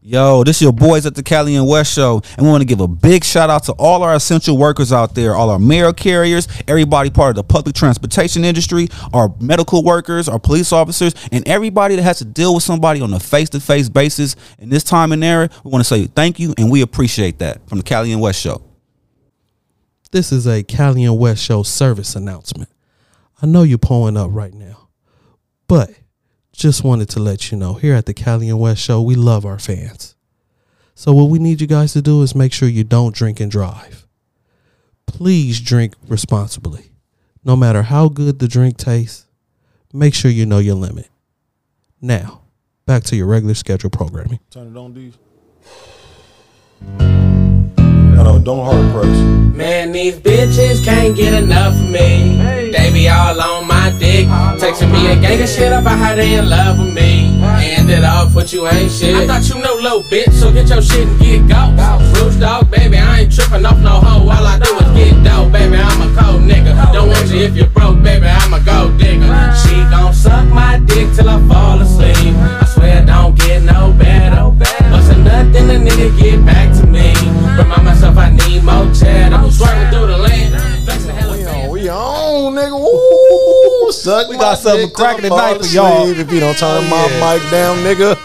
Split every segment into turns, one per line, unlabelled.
Yo, this your boys at the Cali and West Show, and we want to give a big shout out to all our essential workers out there, all our mail carriers, everybody part of the public transportation industry, our medical workers, our police officers, and everybody that has to deal with somebody on a face-to-face basis. In this time and era, we want to say thank you, and we appreciate that from the Cali and West Show.
This is a Cali and West Show service announcement. I know you're pulling up right now, but just wanted to let you know here at the Cali and West Show, we love our fans. So, what we need you guys to do is make sure you don't drink and drive. Please drink responsibly. No matter how good the drink tastes, make sure you know your limit. Now, back to your regular schedule programming.
Turn it on, D. No, no, don't hard press.
Man, these bitches can't get enough of me. They be all on my dick. Texting me a gang of shit about how they in love with me. Hand it off, but you ain't shit. I thought you know low bitch, so get your shit and get go. Bruce dog, baby, I ain't tripping off no hoe. All I do is get dope, baby. I'm a cold nigga. Don't want you if you're broke, baby. I'm a gold digger. She gon' suck my dick till I fall asleep. I swear it don't get no better. Bustin' nothing, a nigga get back to me. Remind myself I need more cheddar. I'm swerving through the land, flexing hella
We
fast.
on, we on, nigga. Ooh, suck
We got something cracking tonight for y'all. Oh,
If you don't turn my mic down, nigga.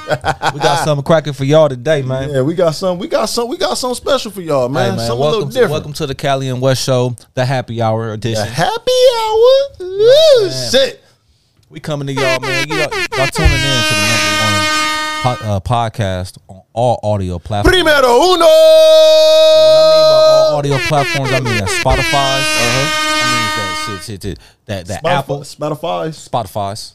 We got something cracking for y'all today, man.
yeah, we got some. We got some. We got something special for y'all,
Hey,
man.
man,
Something a
welcome,
little
to,
different.
welcome to the Cali and West Show, the happy hour
The
edition.
happy hour. Ooh, shit.
We coming to y'all, man. Y'all, y'all tuning in to the number one po- uh, podcast on all audio platforms.
Primero uno. Oh,
all audio platforms. I mean, that's Spotify.
Uh-huh.
I mean, that shit, shit, shit. That, that Apple.
Spotify.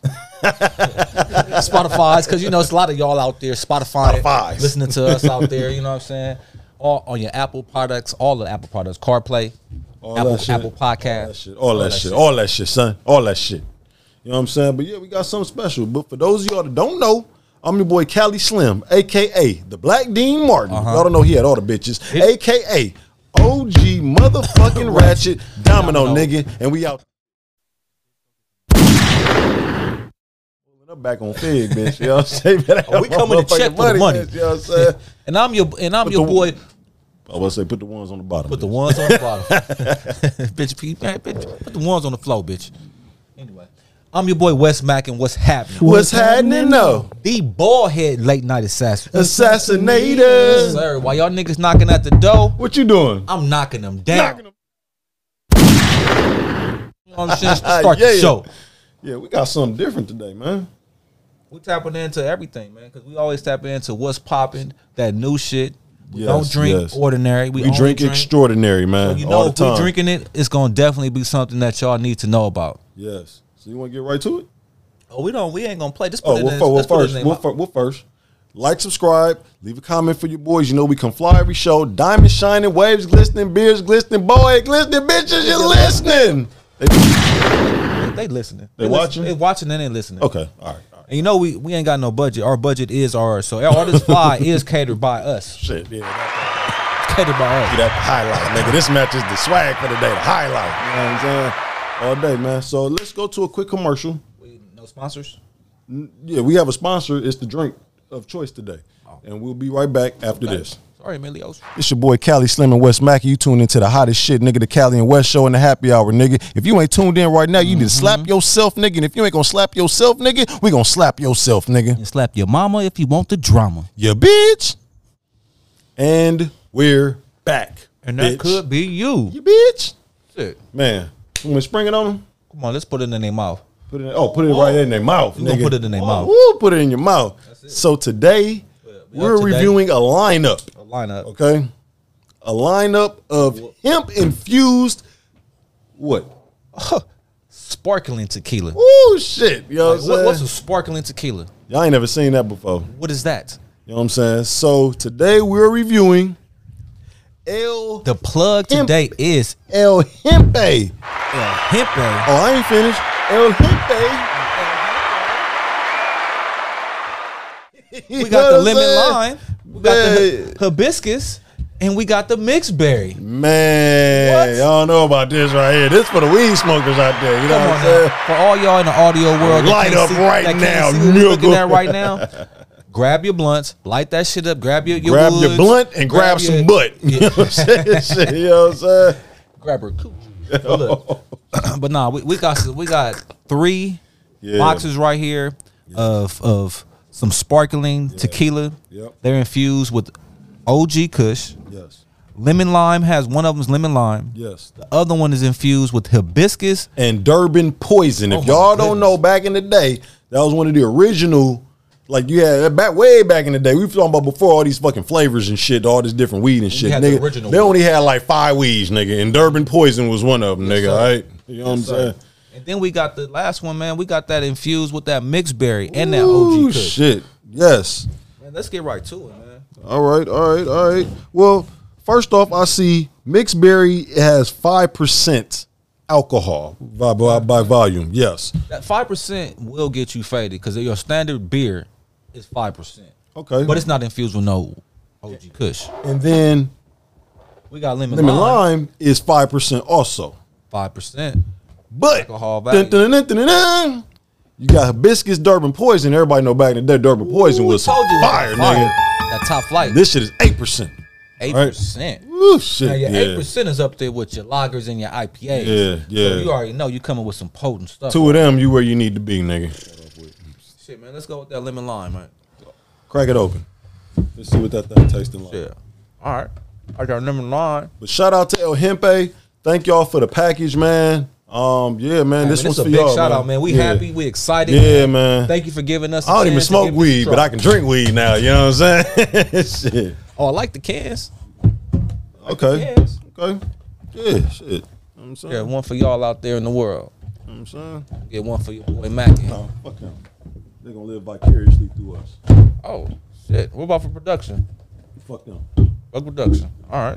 Spotify's. Spotify's, because you know it's a lot of y'all out there Spotify
Spotify's.
listening to us out there. You know what I'm saying? All on your Apple products, all the Apple products, CarPlay,
All
Apple
that shit.
Apple Podcast,
All that shit. All that shit. All that shit, son. All that shit. You know what I'm saying? But yeah, we got something special. But for those of y'all that don't know, I'm your boy Cali Slim, aka the Black Dean Martin.
Uh-huh.
Y'all don't know he had all the bitches, aka OG motherfucking Ratchet Domino nigga, and we out. Pulling up Back on fig, bitch. You know what I'm saying?
Oh, We coming to check for the money.
bitch, You know what I'm saying?
And I'm your and I'm your
the-
boy.
I was gonna say, put the ones on the bottom.
Put the
bitch.
ones on the bottom, bitch. P, man, bitch. Put the ones on the floor, bitch. Anyway, I'm your boy Wes Mack, and what's happening?
What's happening though?
The bald head late night assassin.
Assassinated.
Sir, while y'all niggas knocking at the door,
What you doing?
I'm knocking them down.
Knocking
You know what I'm saying? Start
Yeah.
the show.
Yeah, we got something different today, man.
We tapping into everything, man, because we always tap into what's popping, that new shit. We
Yes,
don't drink
yes.
ordinary. We,
We
only
drink, extraordinary, man.
You
all
know,
the
if we
time.
drinking it, it's gonna definitely be something that y'all need to know about.
Yes. So you want to get right to it?
Oh, we don't. We ain't gonna play. Just put
Oh,
it
well,
in.
fir- well,
let's put it in
first,
the
well,
mouth.
fir- well, first, like, subscribe, leave a comment for your boys. You know we can fly every show. Diamonds shining, waves glistening, beers glistening, boy glistening, bitches you listening.
they listening.
They watching?
They watching and they listening.
Okay, all right, all right.
And you know we we ain't got no budget. Our budget is ours. So all this fly is catered by us.
Shit, yeah, that-
Catered by
that,
us.
that highlight, nigga. This match is the swag for the day, the highlight. You know what I'm saying? All day, man. So let's go to a quick commercial.
We- no sponsors.
Yeah, we have a sponsor. It's the drink of choice today. And we'll be right back after this.
Sorry, Emilio's.
Oh. It's your boy Cali Slim and West Mackey. You tuned into the hottest shit, nigga, the Cali and West show in the happy hour, nigga. If you ain't tuned in right now, you need to slap yourself, nigga. And if you ain't gonna slap yourself, nigga, we gonna slap yourself, nigga.
And slap your mama if you want the drama.
You bitch. And we're back.
And that
bitch.
could be you.
You bitch.
Shit.
Man, you want to spring it on them?
Come on, let's put it in their mouth.
Put it in, oh, put it right in their mouth.
We gonna
nigga.
put it in their
Oh,
mouth.
Ooh, put it in your mouth. So today,
yeah,
we're
today-
reviewing a lineup.
A lineup.
Okay. A lineup of hemp infused what?
Sparkling tequila.
Ooh shit. You know
Like,
what I'm
what- what's
saying?
a sparkling tequila?
Y'all ain't never seen that before.
What is that?
You know what I'm saying? So today we're reviewing El
The plug
Hemp.
today is
El Hempe.
El Hempe.
Oh, I ain't finished. El Hempe.
We got the lemon lime, we got the
Man.
hi- hibiscus, and we got the mixed berry.
Man,
What?
y'all know about this right here. This for the weed smokers out there. You know
Come
what
on
I'm
now.
saying?
For all y'all in the audio world, that
Light
can't
up
see-
right
that
now,
can't see what we're looking
nigga.
at right now. grab your blunts, light that shit up, grab your, your
grab your
woods,
blunt and grab,
your-
some butt. You know what I'm saying? Shit, you know what I'm saying?
grab her cooch. But, look, but nah, we, we got we got three
Yeah.
boxes right here of of some sparkling tequila.
Yep.
They're infused with OG Kush.
Yes.
Lemon lime has one of them's lemon lime.
Yes.
The other one is infused with hibiscus.
and Durban Poison. If
my
y'all don't know, back in the day, that was one of the original. Like you had back way back in the day, we was talking about before all these fucking flavors and shit, all this different weed and shit.
had the
Nigga,
original
they
weed.
only had like five weeds, nigga, and Durban Poison was one of them, nigga. All right, you know what I'm saying?
And then we got the last one, man. We got that infused with that mixed berry and that OG
Ooh,
Kush.
shit. Yes.
Man, let's get right to it, man.
All right, all right, all right. Well, first off, I see mixed berry has five percent alcohol by, by by volume. Yes.
That five percent will get you faded because your standard beer is five percent.
Okay.
But it's not infused with no OG Kush.
and then
We got lemon,
lemon
lime,
lime is five percent also.
five percent.
But
Alcohol value.
dun, dun, dun, dun, dun. you got hibiscus, Durban poison. Everybody know back in the day, Durban poison was some fire, nigga.
That top flight,
This shit is eight percent.
eight percent.
Ooh, shit.
Now your
yeah.
eight percent is up there with your lagers and your IPAs.
Yeah, yeah.
So you already know you coming with some potent stuff.
Two of them, you where you need to be, nigga.
Shit, man. Let's go with that lemon lime, man.
Crack it open. Let's see what that thing tasting like.
Yeah. All right. I got lemon lime.
But shout out to El Hempe. Thank y'all for the package, man. Um, yeah, man.
Man,
this
this
one's
a
for
big
y'all.
shout out, man. We
Yeah.
happy. We excited.
Yeah, man.
Thank you for giving us. a
I don't even
chance to
smoke
give this
weed,
a
but
try.
I can drink weed now. You know what I'm saying? shit.
Oh, I like the cans.
Okay.
Yes.
Okay. Yeah, shit. You know what I'm saying?
Yeah, one for y'all out there in the world.
You know what I'm saying?
Get one for your boy Mac.
No, fuck him. They're gonna live vicariously through us.
Oh shit! What about for production?
Fuck them.
Fuck production. All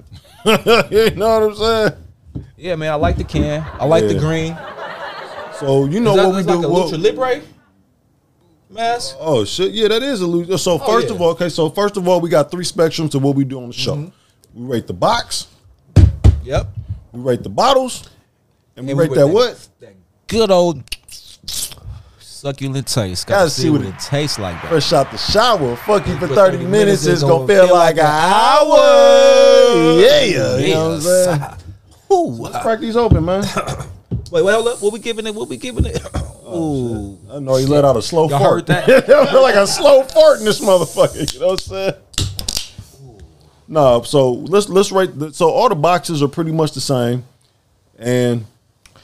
right.
you know what I'm saying?
Yeah, man. I like the can. I like the
Yeah.
green.
So you know
Is that-
what we
that's
do.
like a
what-
Lucha Libre mask.
oh shit, yeah, that is a loser. So first
Oh, yeah.
of all, okay, so first of all, we got three spectrums to what we do on the show.
Mm-hmm.
We rate the box,
Yep.
we rate the bottles, and we
And we
rate
rate
that
that-
what?
That good old succulent taste. Gotta, see what it tastes like. Bro.
Fresh out the shower. Fuck you for
For
30 minutes. It's gonna feel like an hour. Yeah. You know what I'm saying?
Ooh.
Let's crack these open, man.
Wait, wait, hold up. What we giving it? What we giving it?
Oh,
Ooh.
I know he let out a slow
Y'all
fart. That?
heard that?
feel like a slow fart in this motherfucker. You know what I'm saying? No, so let's let's rate. The, so all the boxes are pretty much the same, and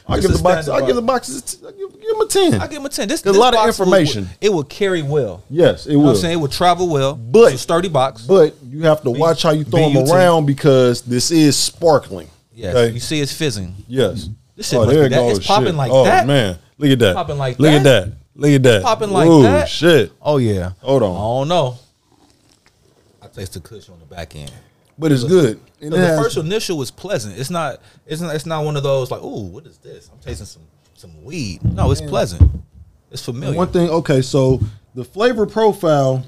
I
It's
give
a
the box.
standard
I give the boxes. a t- I give, give them a ten.
I give him a ten. This
There's
this
a lot of
box will-
information.
it will carry well.
yes, it
You know
will.
what I'm saying? It will travel well.
But-
it's a sturdy box.
But you have to watch how you throw them
BUT.
around because this is sparkling.
yes,
Okay?
you see it's fizzing.
Yes. Oh,
This shit must be that- it's popping
shit.
like
oh,
that?
man, look at that.
Popping like
look
that?
at that. Look at that.
Popping like
Ooh,
that?
shit.
Oh yeah.
Hold
I
on.
don't know. I taste the cushion on the back end.
But it's good. And it
the
has-
first initial is pleasant. It's not. It's not. It's not one of those like, ooh, what is this? I'm tasting some some weed. No, it's pleasant. It's familiar.
One thing, okay, so the flavor profile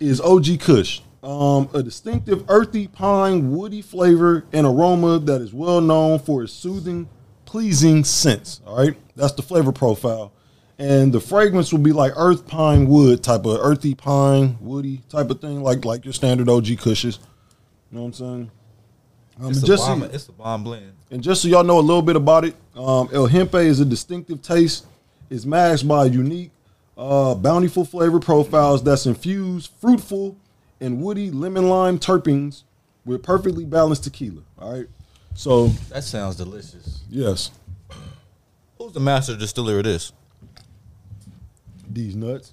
is OG Kush, um, a distinctive earthy, pine, woody flavor and aroma that is well known for its soothing, pleasing scents. All right, that's the flavor profile, and the fragrance will be like earth, pine, wood type of earthy, pine, woody type of thing, like like your standard OG Kushes. You know what I'm saying? Um,
It's,
and
a
just so-
bomb, it's a bomb blend.
and just so y'all know a little bit about it, um, El Hempe is a distinctive taste. It's matched by unique, uh, bountiful flavor profiles that's infused, fruitful, and woody lemon lime terpenes with perfectly balanced tequila. All right. So,
That sounds delicious.
yes,
Who's the master distiller of this?
these nuts.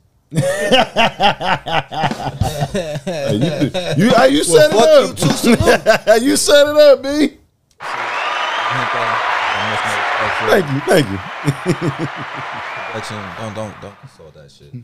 Hey, you you, hey, you set
Fuck you
it
too, salute.
up. you set it up, B.
uh,
Thank you. Thank you.
Production, Don't don't don't consult that shit.
Hmm.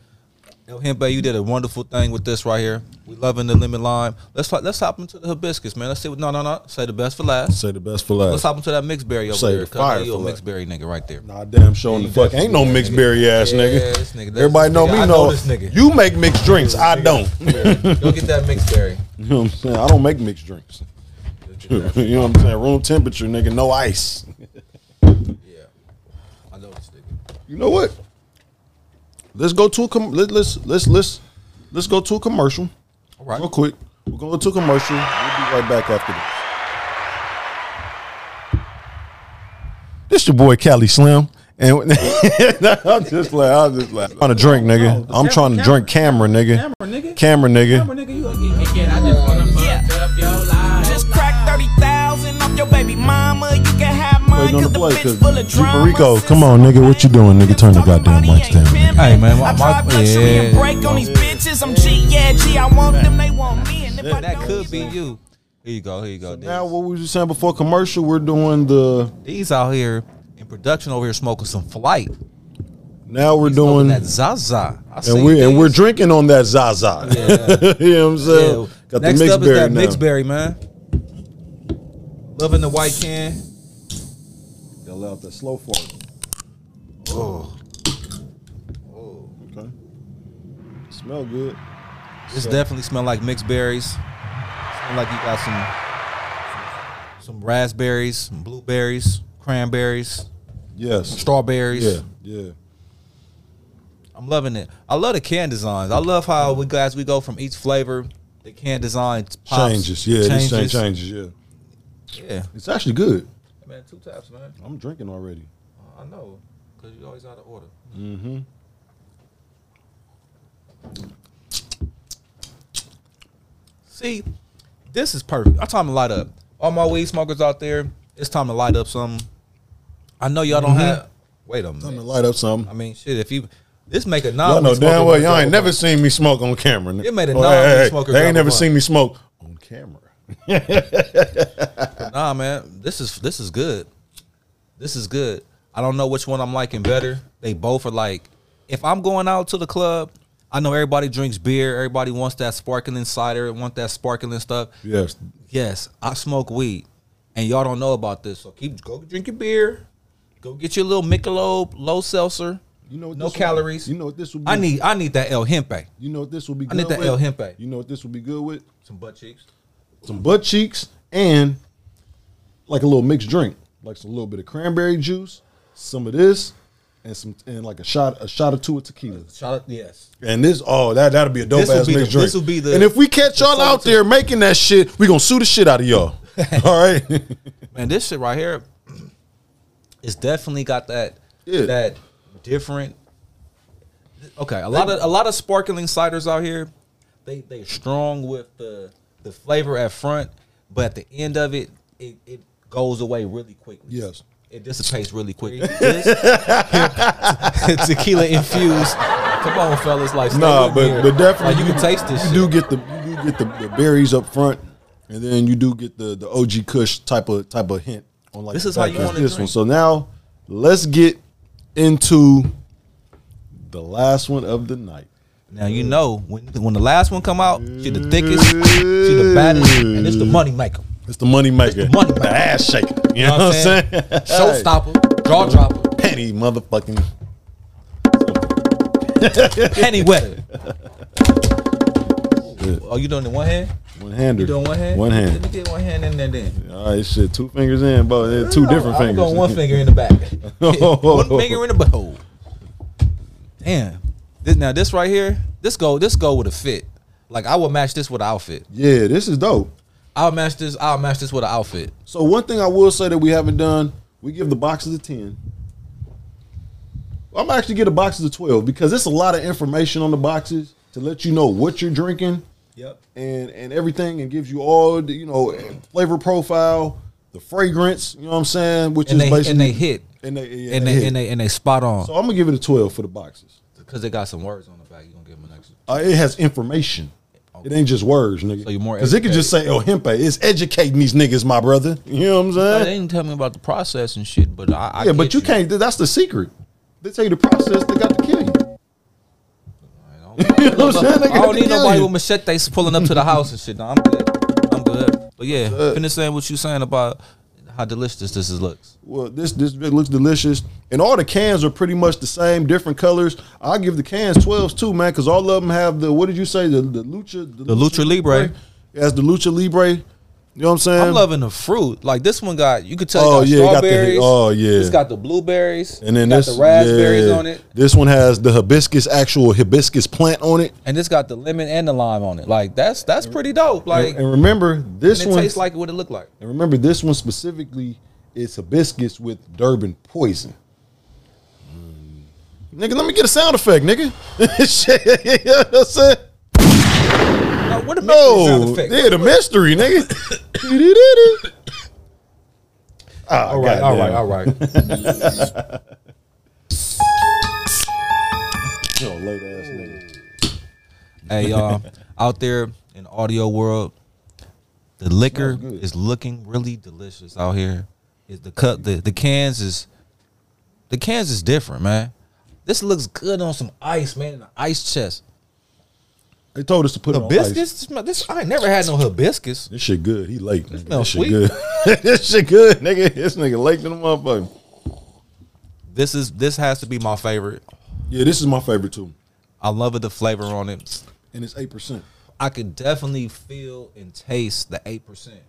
El Hempe, you did a wonderful thing with this right here. We loving the lemon lime. Let's hop- let's hop into the hibiscus, man. Let's see what no no no. Say the best for last.
Say the best for
Let's
last.
hop into that mixed berry over
Say
there.
the
'cause I
fire
know you a
for
mixed berry nigga right there.
Nah, damn, showing the fuck. Ain't no
Yeah,
mixed
nigga.
berry ass
Yeah,
nigga.
this nigga- this
Everybody know
nigga.
me.
I
know
know this nigga.
you make mixed drinks. I don't.
Go get that mixed berry.
You know what I'm saying? I don't make mixed drinks. you know what I'm saying? Room temperature, nigga. No ice.
Yeah, I know this nigga.
You know what? Let's go to a com- let, let's let's let's Let's go to a commercial.
All right.
Real quick. We're going to go to a commercial. We'll be right back after this. This your boy Cali Slim. And I'm just like, I'm just like, trying to drink, nigga. I'm trying to drink camera, nigga.
Camera, nigga.
Camera, nigga.
Camera, nigga, you again.
Again, I just wanna fuck up your life.
Just crack 30,000 off your baby mama. You can have mine.
Waiting on the
Cause the
play,
bitch
cause
full of
Super
drama.
Rico, come on, nigga, what you doing, nigga? Turn the goddamn mics down, nigga.
Hey, man, my-
I
my-
drive luxury and
yeah.
break on these bitches. I'm G, yeah, G. I want them, they want me. And if I
That
don't,
could
you
be you. Here you go. Here you go. Diz.
Now, what we was saying before commercial, we're doing the.
These out here in production over here smoking some flight.
Now we're
Smoking
doing.
that Zaza. I
And
seen
we're and we're
Diz.
drinking on that Zaza. you know what I'm saying?
Yeah.
Got
Next
the mixed
up is
berry
that
now.
mixed berry, man. Loving the white can.
Y'all out that slow fart.
Oh,
Okay. Smell good.
this definitely smell like mixed berries. Smell like you got some some raspberries, some blueberries, cranberries,
Yes.
strawberries.
Yeah. Yeah.
I'm loving it. I love the can designs. I love how we guys we go from each flavor. The can design pops,
Changes. Yeah. This thing changes. Yeah.
Yeah,
It's actually good.
man, two taps, man.
I'm drinking already.
I know, cause you always out of order.
Mm-hmm.
See, this is perfect. I time to light up. All my weed smokers out there, it's time to light up some. I know y'all don't
Mm-hmm.
have. Wait a
I'm gonna
minute.
light up something.
I mean, shit. If you this make a non,
y'all know damn well y'all ain't never seen me smoke on camera. nigga.
It made a
Oh,
non-weed
hey, hey,
smoker
They
grab a
ain't never
blunt.
seen me smoke on camera.
Nah, man, this is this is good. This is good. I don't know which one I'm liking better. They both are like, if I'm going out to the club, I know everybody drinks beer. Everybody wants that sparkling cider. Want that sparkling stuff.
Yes.
Yes, I smoke weed, and y'all don't know about this. So keep go drink your beer. Go get your little Michelob low seltzer.
You know what
no
this would-
calories.
you know what this would be?
I need I need that El Hempe.
You know what this will be
I
good
need that
with?
El Hempe.
You know what this will be good with?
Some butt cheeks.
Some butt cheeks and like a little mixed drink. Like some little bit of cranberry juice, some of this, and some and like a shot a shot or two of tequila.
Shout out, yes.
And this, oh, that that'll be a dope
This will
ass
be the-
mixed drink.
this will be the-
and if we catch y'all out there making that shit, we gonna sue the shit out of y'all. All right,
Man, this shit right here, it's definitely got that
Yeah.
that different. Okay, a lot of a lot of sparkling ciders out here, they they strong with the the flavor at front, but at the end of it, it, it goes away really quickly.
Yes.
it dissipates really quick. This tequila infused. Come on, fellas, like stay
nah,
with me
but
here.
but definitely
Like, you can taste this.
You do
shit.
get the you do get the, the berries up front, and then you do get the the OG Kush type of type of hint on like
This
the
is how
back
you
end.
wanna
this
drink.
one. So now let's get into the last one of the night.
Now you know when when the last one come out, she the thickest, she the baddest, and
Mm.
it's the money maker.
It's the money maker,
money
the ass shaker. You,
You
know, what I'm saying?
Showstopper, jaw dropper,
Penny motherfucking.
penny wetter. Oh, you doing it one hand?
One hander.
You doing one hand?
One hand.
Let me get one hand in there then.
All right, shit. Two fingers in, but they're two different
I'm
fingers.
going one finger in the back. one finger in the butthole. Damn. This, now this right here, this go this go with a fit. Like I would match this with an outfit.
Yeah, this is dope.
I'll match this. I'll match this with an outfit.
So one thing I will say that we haven't done, we give the boxes a ten. I'm actually get a boxes a twelve because it's a lot of information on the boxes to let you know what you're drinking
Yep.
and and everything, and gives you all the you know flavor profile, the fragrance. You know what I'm saying? Which
And
is
they
basically
and they hit.
and they, yeah,
And
they
they
hit.
and they and they spot on
So I'm gonna give it a twelve for the boxes.
because they got some words on the back. You gonna give them an extra.
Uh, it has information. It ain't just words, nigga.
So you're more
it could just say El Hempe. It's educating these niggas, my brother. You know what I'm
They
saying?
didn't tell me about the process and shit, but I, I
yeah, but
get
you, can't. That's the secret. They tell you the process. They got to kill you. You know what I'm saying? They
I
got
don't
to
need
kill
nobody
you.
with machetes pulling up to the house and shit. No, I'm good. I'm good. But yeah, finish saying what you saying about how delicious this is looks.
Well, this this bit looks delicious, and all the cans are pretty much the same, different colors. I give the cans twelves too, man, because all of them have the what did you say the the lucha
The Lucha Libre.
It has the lucha libre You know what I'm saying?
I'm loving the fruit. Like this one got you could tell.
Oh,
it got
yeah, it got the-
strawberries.
oh, yeah.
It's got the blueberries.
and then
got
this
the raspberries
yeah.
on it,
This one has the hibiscus, actual hibiscus plant on it.
and this got the lemon and the lime on it. Like that's that's pretty dope. Like
And, and remember this
and it
one.
tastes like what it looked like.
and remember this one specifically is hibiscus with Durban poison. Mm. Nigga, let me get a sound effect, nigga. Shit, you know what I'm saying?
No, what the mystery sound
No,
effect?
yeah, the mystery, nigga. all right,
all right, all right.
You know, late ass nigga.
Hey, y'all, out there in the audio world, the liquor is looking really delicious out here. Is the cup the, the cans is the cans is different, man. This looks good on some ice, man. in An ice chest.
They told us to put it on ice.
Hibiscus. This, this I ain't never had no hibiscus.
This shit good. He late. Nigga.
smells
This shit
sweet.
good. this shit good, nigga. This nigga late than the motherfucker.
This is this has to be my favorite.
Yeah, this is my favorite too,
I love it, the flavor on it.
and it's eight percent.
I could definitely feel and taste the eight percent.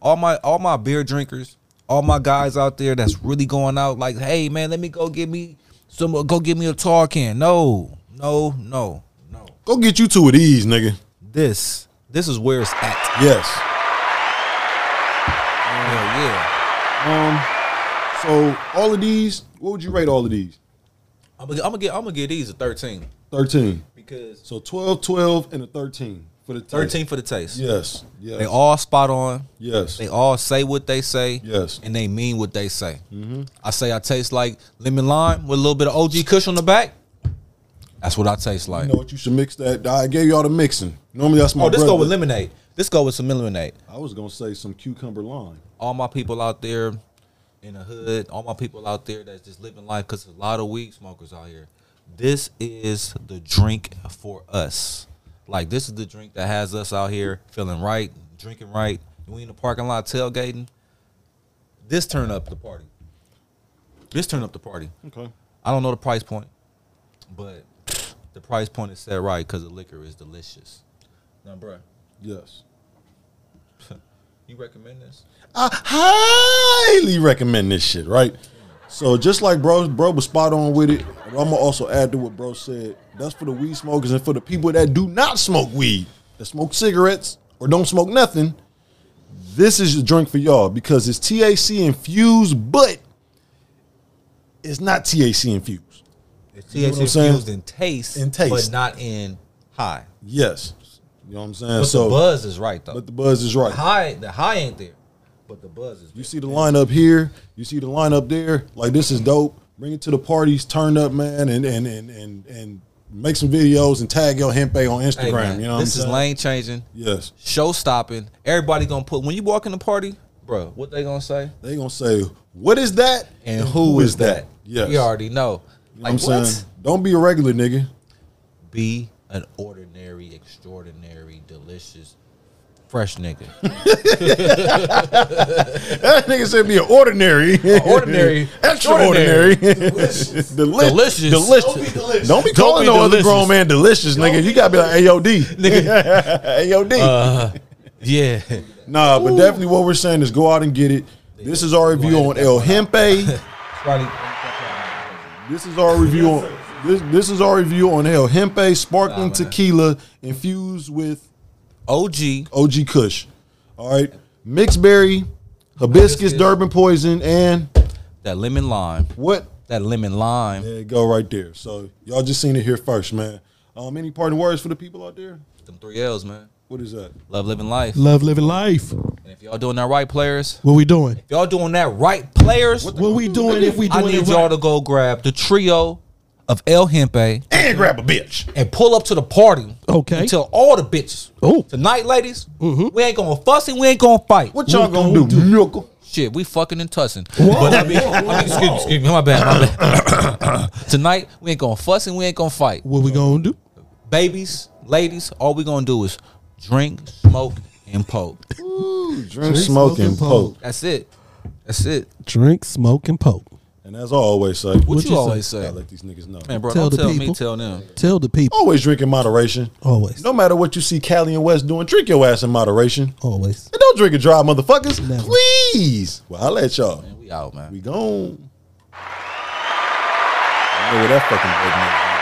All my all my beer drinkers, all my guys out there that's really going out like, hey man, let me go get me some uh, go get me a tall can. No, no, no, no.
Go get you two of these, nigga.
This this is where it's at.
Yes.
Yeah, yeah.
Um. So all of these, what would you rate all of these?
I'm gonna, I'm gonna get I'm gonna get these a thirteen
Thirteen.
because
So 12, 12, and a thirteen for the taste.
thirteen for the taste.
Yes. Yes.
They all spot on.
Yes.
They all say what they say.
Yes. Mm-hmm.
And they mean what they say. I say I taste like lemon lime with a little bit of OG Kush on the back. That's what I taste like.
You know what? You should mix that. I gave y'all the mixing. Normally that's my.
Oh, this
brother.
go with lemonade. This go with some lemonade.
I was gonna say some cucumber lime.
All my people out there in the hood, all my people out there that's just living life, because a lot of weed smokers out here. This is the drink for us. Like, this is the drink that has us out here feeling right, drinking right. We in the parking lot tailgating. This turn up the party. This turn up the party.
Okay.
I don't know the price point, but the price point is set right because the liquor is delicious. Now, bruh,
Yes.
you recommend this?
I highly recommend this shit, right? So just like bro, bro was spot on with it. I'm gonna also add to what bro said. That's for the weed smokers and for the people that do not smoke weed, that smoke cigarettes or don't smoke nothing. This is your drink for y'all because it's TAC infused, but it's not TAC infused.
It's
You know
THC
what I'm saying?
infused in taste,
In taste.
but not in high.
Yes, you know what I'm saying.
But
so,
the buzz is right though.
but the buzz is right.
the high, the high ain't there, but the buzz is.
You
There.
see the lineup here. You see the lineup there. Like this is dope. Bring it to the parties. Turn up, man, and and and and, and make some videos and tag your hempe on Instagram.
Hey, man,
you know, what
this
I'm
is
saying?
lane changing,
Yes,
show stopping. Everybody gonna put when you walk in the party, bro. What they gonna say?
they gonna say what is that
And who is that?
Yes,
we already know.
You know
Like
what I'm
what?
saying. Don't be a regular nigga.
be an ordinary, extraordinary, delicious, fresh nigga.
That nigga said be an ordinary,
ordinary,
extraordinary, delicious, delicious.
Delicious.
Don't be, calling
be
no other
delicious.
grown man delicious, nigga. You gotta be like AOD, nigga, AOD.
Yeah.
Nah, but definitely what we're saying is go out and get it. This is our review on El Hempe. This is our review on this. This is our review on El Hempe sparkling tequila infused with
OG
OG Kush. All right, mixed berry, hibiscus, Durban poison, and
that lemon lime.
what?
That lemon lime.
There you go, right there. So y'all just seen it here first, man. Um, any parting words for the people out there?
Them three L's, man.
What is that?
Love living life.
Love living life.
And if y'all doing that right, players,
What we doing?
if y'all doing that right, players,
What we doing if we
I
doing
need
it
y'all
right?
to go grab the trio of El Hempe
And grab a bitch.
and pull up to the party.
Okay. Mm-hmm.
And tell all the bitches.
Oh.
Tonight, ladies, we ain't gonna fuss and we ain't gonna fight.
What y'all gonna, do? Miracle.
Shit, we fucking and tussing. But I mean, I mean, excuse me, excuse me, my bad, my bad. Tonight, we ain't gonna fuss and we ain't gonna fight.
What we gonna do?
Babies, ladies, all we gonna do is drink, smoke, and poke.
Drink, smoke, and poke.
That's it. That's it.
Drink, smoke, and poke.
And as I always say,
What, you,
you say?
always say?
gotta let these niggas know.
Man, bro,
Tell
don't
the
tell me,
people.
tell them.
Tell the people.
Always drink in moderation.
Always.
No matter what you see Cali and West doing, drink your ass in moderation.
Always.
And don't still drinking dry, motherfuckers. Please. Well, I'll let y'all.
We out, man.
We gone. I know where that fucking break nigga.